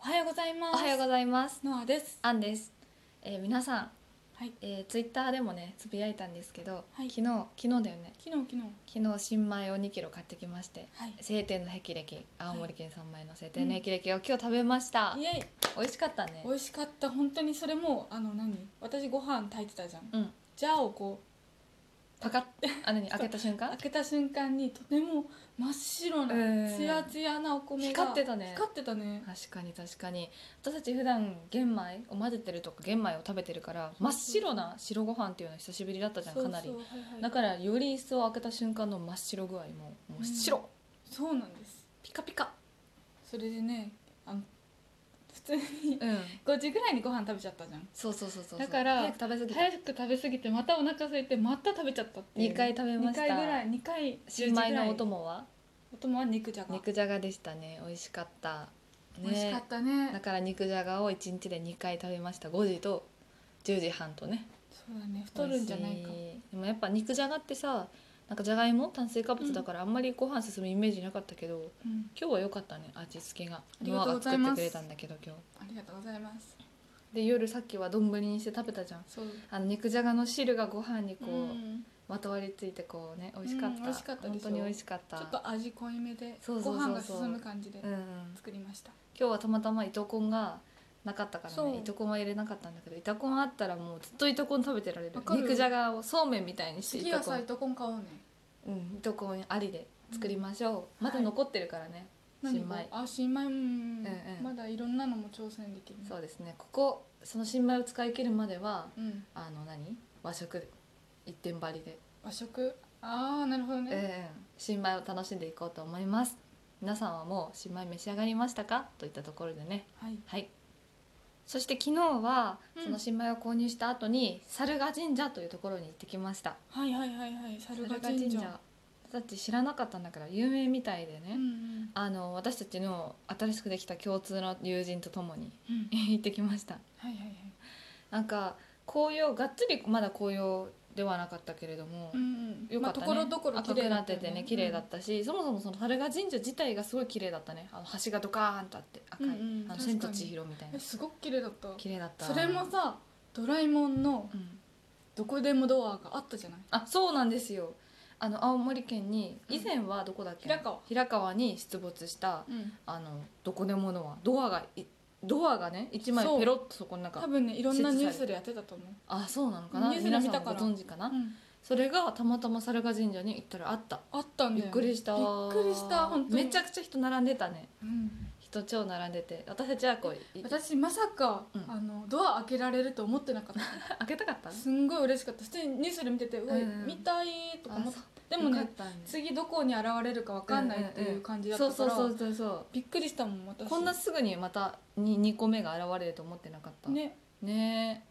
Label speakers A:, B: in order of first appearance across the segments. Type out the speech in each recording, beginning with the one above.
A: おはようございま
B: お
A: す。
B: はようございます。
A: ノアです。
B: アンです。えー皆さん、
A: はい。
B: えツイッター Twitter でもねつぶやいたんですけど、
A: はい
B: 昨日昨日だよね。
A: 昨日昨日。
B: 昨日新米を2キロ買ってきまして、
A: はい。
B: 晴天の霹靂、青森県三米の晴天の霹靂を今日食べました。
A: イエイ。
B: 美味しかったね
A: 美。味しかった。本当にそれもあの何？私ご飯炊いてたじゃん。
B: うん。
A: じゃあをこ
B: パカッ あ何開けた瞬
A: う
B: 間
A: 開？けた瞬間にとても真っ白な
B: うん
A: ツヤツヤなお米が
B: 光ってたね
A: 光ってたね。
B: 確かに確かに私たち普段玄米を混ぜてるとか玄米を食べてるから真っ白な白ご飯っていうのは久しぶりだったじゃん
A: そう
B: か
A: そう
B: なり
A: はいはい
B: だからより一層開けた瞬間の真っ白具合ももう白、
A: うそうなんです。
B: ピカピカ
A: それでね、あの普通 に
B: うん
A: 5時ぐらいにご飯食べちゃったじゃん。
B: そうそうそうそう
A: だから
B: 早く食べ過ぎた
A: 早く食べ過ぎてまたお腹空いてまた食べちゃったっていう。
B: 二回食べました
A: 二回ぐらい二回。
B: 新米のお
A: も。
B: 供は
A: お供は肉じゃが。
B: 肉じゃがでしたね美味しかった
A: 美味しかったね
B: だから肉じゃがを1日で2回食べました5時と10時半とね
A: そうだね太るんじゃないか
B: 美味しいでもやっぱ肉じゃがってさなんかじゃがいも炭水化物だからあんまりご飯進むイメージなかったけど、
A: うん
B: 今日は良かったね味付けが
A: りが
B: ノア
A: とうご
B: が
A: ざい
B: 作
A: ます
B: ってくれたんだけど今
A: ありがとうございます
B: 日で夜さっきは丼にして食べたじゃん
A: そう
B: あの肉じゃがの汁がご飯にこう、
A: うん
B: まとわりついてこうね美味しかった、
A: うん美味しかったでしょ
B: 本当に美味しかっ
A: ち
B: た
A: ょっと味濃いめで
B: そ
A: ご
B: うそうそうそう
A: 飯が進む感じで
B: うんうん、
A: 作りました
B: 今日はたまたま糸こんがなかったから
A: そう
B: ね糸こんは入れなかったんだけど糸こんあったらもうずっと糸こん食べてられる
A: わかる
B: 肉じゃがをそうめんみたいにして
A: 次
B: 糸
A: は
B: こ
A: さ
B: ん
A: 糸こん買おうね
B: うん糸こんありで作りましょう、まだ残ってるからね、
A: 何
B: 新米
A: あ新米うん
B: うんうん
A: まだいろんなのも挑戦できるね
B: そうですねここその新米を使い切るまでは
A: うん
B: あの何和食一点張りで、
A: 和食ああなるほど
B: うんうん
A: ね
B: 新米を楽しんでいこうと思います皆さんはもう新米召し上がりましたかといったところでね
A: はい
B: はいそして昨日は
A: うん
B: その新米を購入した後に猿賀神社というところに行ってきました
A: はいはいはいはい猿
B: 猿
A: ヶ
B: 賀
A: 神
B: 神
A: 社
B: 社だって知らなかったんだから有名みたいでね、
A: うんうん
B: あの私たちの新しくできた共通の友人とともに
A: うん
B: 行ってきました
A: はいはいはい
B: なんか紅葉がっつりまだ紅葉ではなかったけれども、
A: うん
B: よ
A: ま
B: か
A: あ
B: った
A: と
B: ね、
A: ころどころ
B: 赤
A: 綺
B: く
A: 麗
B: な
A: だ
B: っ
A: った
B: て
A: よ
B: てね綺麗だったし、そもそもその猿賀神社自体がすごい綺麗だったねあの橋がドカーンとあって赤い、
A: うんうん確
B: あの
A: かに
B: 千と千尋みたい
A: え
B: な
A: すごく綺麗だった
B: 綺麗だった
A: それもさドラえもんの
B: うん
A: どこでもドアがあったじゃない
B: あそうなんですよあの青森県に以前はどこだっけ、
A: 平川
B: 平川に出没した
A: うん
B: あのどこでものはドアがいドアがね一枚
A: そう
B: ペロッとそこの中
A: 多分ねいろんなニュースでやってたと思う
B: あそうなのかな
A: ニュースで
B: 皆
A: 見
B: さ
A: た
B: ん
A: か
B: ご
A: ら
B: 存知かな、
A: うん
B: それがたまたま猿賀神社に行ったらあった
A: あったんだ
B: び
A: よ
B: っくりした
A: びっくりした本当に
B: めちゃくちゃ人並んでたね
A: うん
B: 人超並んでて私たちはこうい
A: 私まさか
B: うん
A: あのドア開けられると思ってなかっ
B: 開けたかった
A: たすんごい嬉しかった普通にニュースで見ててうわ
B: うん
A: 見たいとか思って
B: あ
A: でも
B: よ
A: ね
B: かったね
A: 次どこに現れるかわかんないっていう感じだっ
B: そ
A: た
B: うそ
A: か
B: うそ
A: ら
B: うそうそ
A: びっくりしたもん
B: う
A: 私
B: こんなすぐにまた 2, 個目が現れると思ってなかった
A: ね
B: ね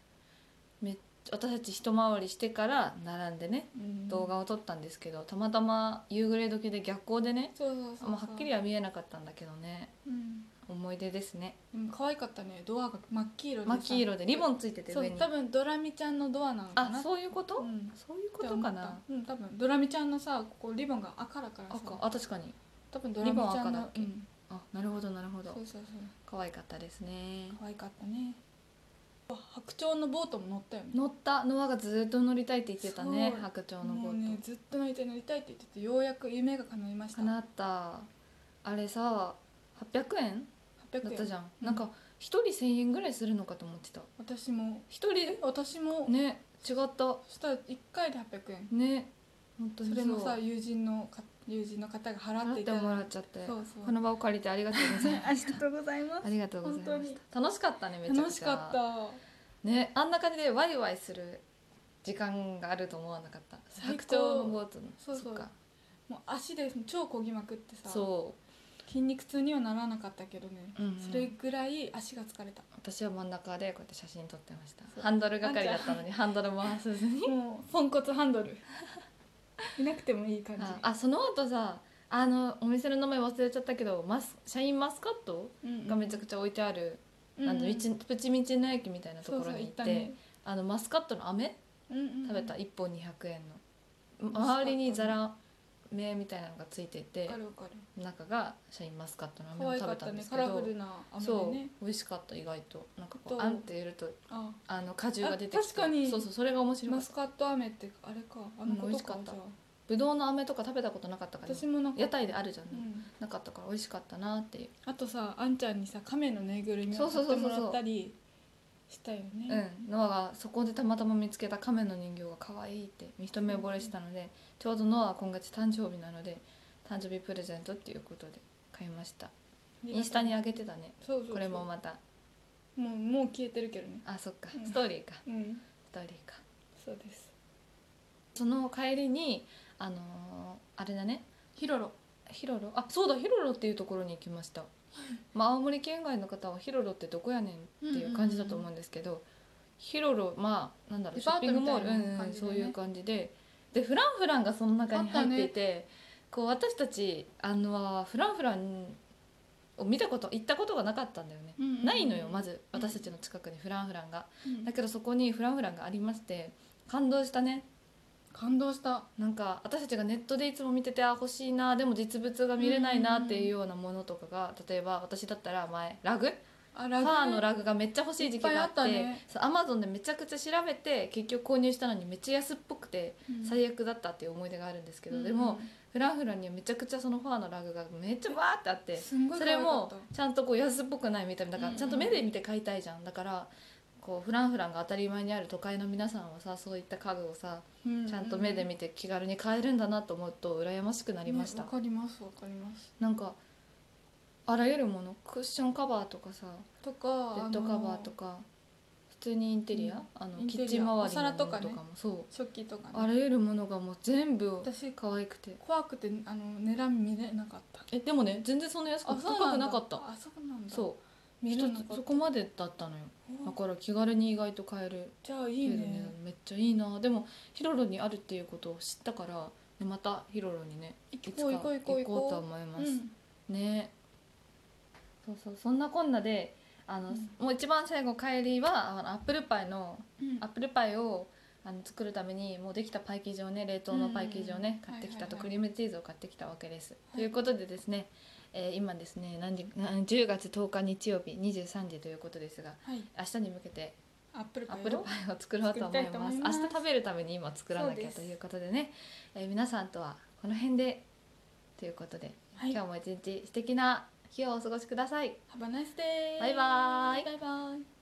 B: えめっ私たち一回りしてから並んでね
A: うん
B: 動画を撮ったんですけど、たまたま夕暮れ時で逆光でね
A: そうそうそう
B: あんまはっきり
A: や
B: は見えなかったんだけどね思い出ですね
A: でも可愛かったねドアが真っ黄色でさ
B: 真っ黄色でリボンついてて
A: そ
B: 上
A: う
B: に
A: 多分ドラミちゃんのドアなのかな
B: あそういうこと、
A: うん
B: そういうことかな
A: うん多分ドラミちゃんのさここリボンが赤だからさ
B: 赤あ確かに
A: 多分ドラミちゃん
B: リボン赤だ
A: の
B: っけ
A: うん
B: あなるほどなる
A: そ
B: ほ
A: う
B: ど
A: そうそう
B: 可愛かったですね
A: 可愛かったねわ白鳥のボートも乗ったよね
B: 乗ったノアがずっと乗りたいって言ってたね
A: そう
B: 白鳥の
A: も
B: ボ
A: う
B: ー
A: ね
B: ト
A: ずっと乗りたい乗りたいって言っててようやく夢が叶いました
B: かなったあれさ800円だっ
A: 800
B: た
A: 円
B: じゃん、
A: うん
B: なんか一人1000円ぐらいするのかと思ってた
A: 私も
B: 一
A: え
B: 人
A: 私も
B: ね違った
A: そしたら1回で800円
B: ね本当に
A: そうれもさ友人のか友人の方が払って
B: 払っ
A: い
B: て
A: ただい
B: もら
A: て
B: っちゃって
A: そうそう
B: この場を借りてありがとうございます
A: ありがとうござい ま
B: ありがとうございま
A: 本
B: し
A: 当
B: た楽しかったねめちゃくちゃ
A: 楽しかった
B: ねあんな感じでワイワイする時間があると思わなかった
A: 最
B: 白
A: 高
B: 鳥のボートの
A: そうそう
B: っか
A: もう足で超こぎまくってさ
B: そ
A: 筋肉痛にはならなかったけどね、
B: うんうん
A: それぐらい足が疲れた
B: う私は真ん中でこうやって写真撮ってました
A: そう
B: ハンドル係だったのにハンドル回せずに
A: もうポンコツハンドルいなくてもいい感じ
B: ああその後さあのお店の名前忘れちゃったけどマスシャインマスカットがめちゃくちゃ置いてある、あの道プチ道の駅みたいなところに行ってあのマスカットの飴食べた1本200円の
A: 美味しかった
B: 周りにザラ目みたいなのがついてて
A: わかるわかる
B: 中がシャインマスカットの
A: 可
B: 飴を
A: 愛
B: 食
A: か
B: べ
A: ったた
B: んで
A: ね
B: すけ
A: カ
B: ど、
A: ラフルな飴で
B: そう
A: ね
B: 美味しかった意外となんかこ
A: あ
B: う
A: と
B: あんって入れると
A: あ
B: あの果汁が出てきて
A: あ確かに
B: そうそうそれが面白か
A: マ
B: っ
A: ス
B: た
A: カット飴ってあれかあのこと
B: うん美味しか
A: か
B: っ
A: じ
B: た
A: ゃあ
B: ぶどうの飴とか食べたことなかったから
A: 私もなんか
B: 屋台であるじゃん、
A: うん
B: なかったから美味しかったなっていう
A: あとさあんちゃんにさ亀のぬいぐるみ
B: そ
A: を
B: うそ
A: 買
B: う
A: っ
B: そ
A: て
B: うそう
A: もらったりしたよ
B: う
A: ね
B: ん、ノアがそこでたまたま見つけた亀の人形が可愛いって一目惚れしたので、ちょうどノアは今月誕生日なので誕生日プレゼントっていうことで買いましたインスタに上げてたね
A: そうそうそう
B: これもまた
A: もうもう消えてるけどね
B: あそっか、
A: うん
B: ストーリーか
A: うん
B: ストーリーか
A: そうです
B: その帰りにあのーあれだねヒロロヒロロあそうだヒロロっていうところに行きました、まあ、青森県外の方はヒロロってどこやねんっていう感じだと思うんですけど、ヒロロまあなんだろう
A: デ
B: ショ
A: パー
B: ッピ
A: ト
B: ング
A: み
B: モ
A: た
B: ー
A: い
B: ル、
A: な
B: うんうん
A: 感じだ
B: そう
A: ね
B: いう感じででフランフランがその中に入っていて、こう私たちあのフランフランを見たこと行ったことがなかったんだよね、
A: うんうんうん
B: ないのよまず私たちの近くにフランフランが、
A: うん
B: だけどそこにフランフランがありまして感動したね
A: 感動した
B: なんか私たちがネットでいつも見ててあ欲しいなでも実物が見れないなっていうようなものとかが例えば私だったら前ラグ
A: あ
B: フ
A: ラ
B: ァ
A: グ
B: ーのラグがめっちゃ欲しい時期が
A: い
B: あって
A: っぱいあったね
B: アマゾンでめちゃくちゃ調べて結局購入したのにめっちゃ安っぽくて最悪だったっていう思い出があるんですけど、
A: うん
B: でもフランフランにはめちゃくちゃそのファーのラグがめっちゃバーってあっ
A: う
B: て
A: んすんごい
B: そ
A: 可愛
B: れ
A: かっ
B: も
A: た
B: ちゃんとこう安っぽくないみたいなだか
A: うん
B: ら
A: うん
B: ちゃんと目で見て買いたいじゃんだからこうフランフランが当たり前にある都会の皆さんはさそういった家具をさ
A: うう
B: ちゃんと目で見て気軽に買えるんだなと思うと羨ましくなりました、
A: ねわかりますわかります
B: なんかあらゆるものクッションカバーとかさ
A: とか
B: ベッドカバーと
A: か
B: か普通にインテリア、
A: うん
B: あの
A: インテ
B: キ
A: リア
B: ッチン周りのも
A: お皿
B: の
A: と
B: と
A: か
B: か
A: ね
B: もそう
A: 食器とか
B: あ
A: ね
B: らゆるものがもう全部
A: 私
B: 可愛くて
A: 怖くてあの値段見れなかった
B: えでもね全然そんな安く高くなかった
A: あそうなんだ
B: そう
A: 見
B: う
A: れな
B: 一
A: かった
B: つそこまでだったのよだ
A: お
B: から気軽に意外と買える
A: じゃあい
B: け
A: い
B: ど
A: ね
B: ねめっちゃいいなでもヒロロにあるっていうことを知ったからねまたヒロロにねいつ
A: 行
B: か
A: こう行こう行こ
B: 行こ
A: う
B: う
A: 行
B: とは
A: こ
B: 思いうます、ねそうそうそんなこんなであの、
A: うん
B: もう一番最後帰りはあのアップルパイの
A: うんうん
B: アップルパイをあの作るためにもうできたパイ生地をね冷凍のパイ生地をね、
A: うん
B: 買ってきた
A: はいはい
B: と、
A: はい
B: クリームチーズを買ってきたわけです、
A: い
B: ということでですね、えー今ですね何時何10月10日日曜日23時ということですが
A: はい
B: 明日に向けて
A: アップル
B: ア
A: パ
B: ッ
A: イ
B: プルパイを作ろうと思い
A: 作りたいと思
B: ま
A: い
B: す
A: ます
B: 明日食べるために今作らなきゃ
A: そうです
B: ということでねえー皆さんとはこの辺でということで
A: はい
B: 今日も一日素敵な日をお過ごしください。
A: Have a nice day
B: バイバーイ
A: バイバイ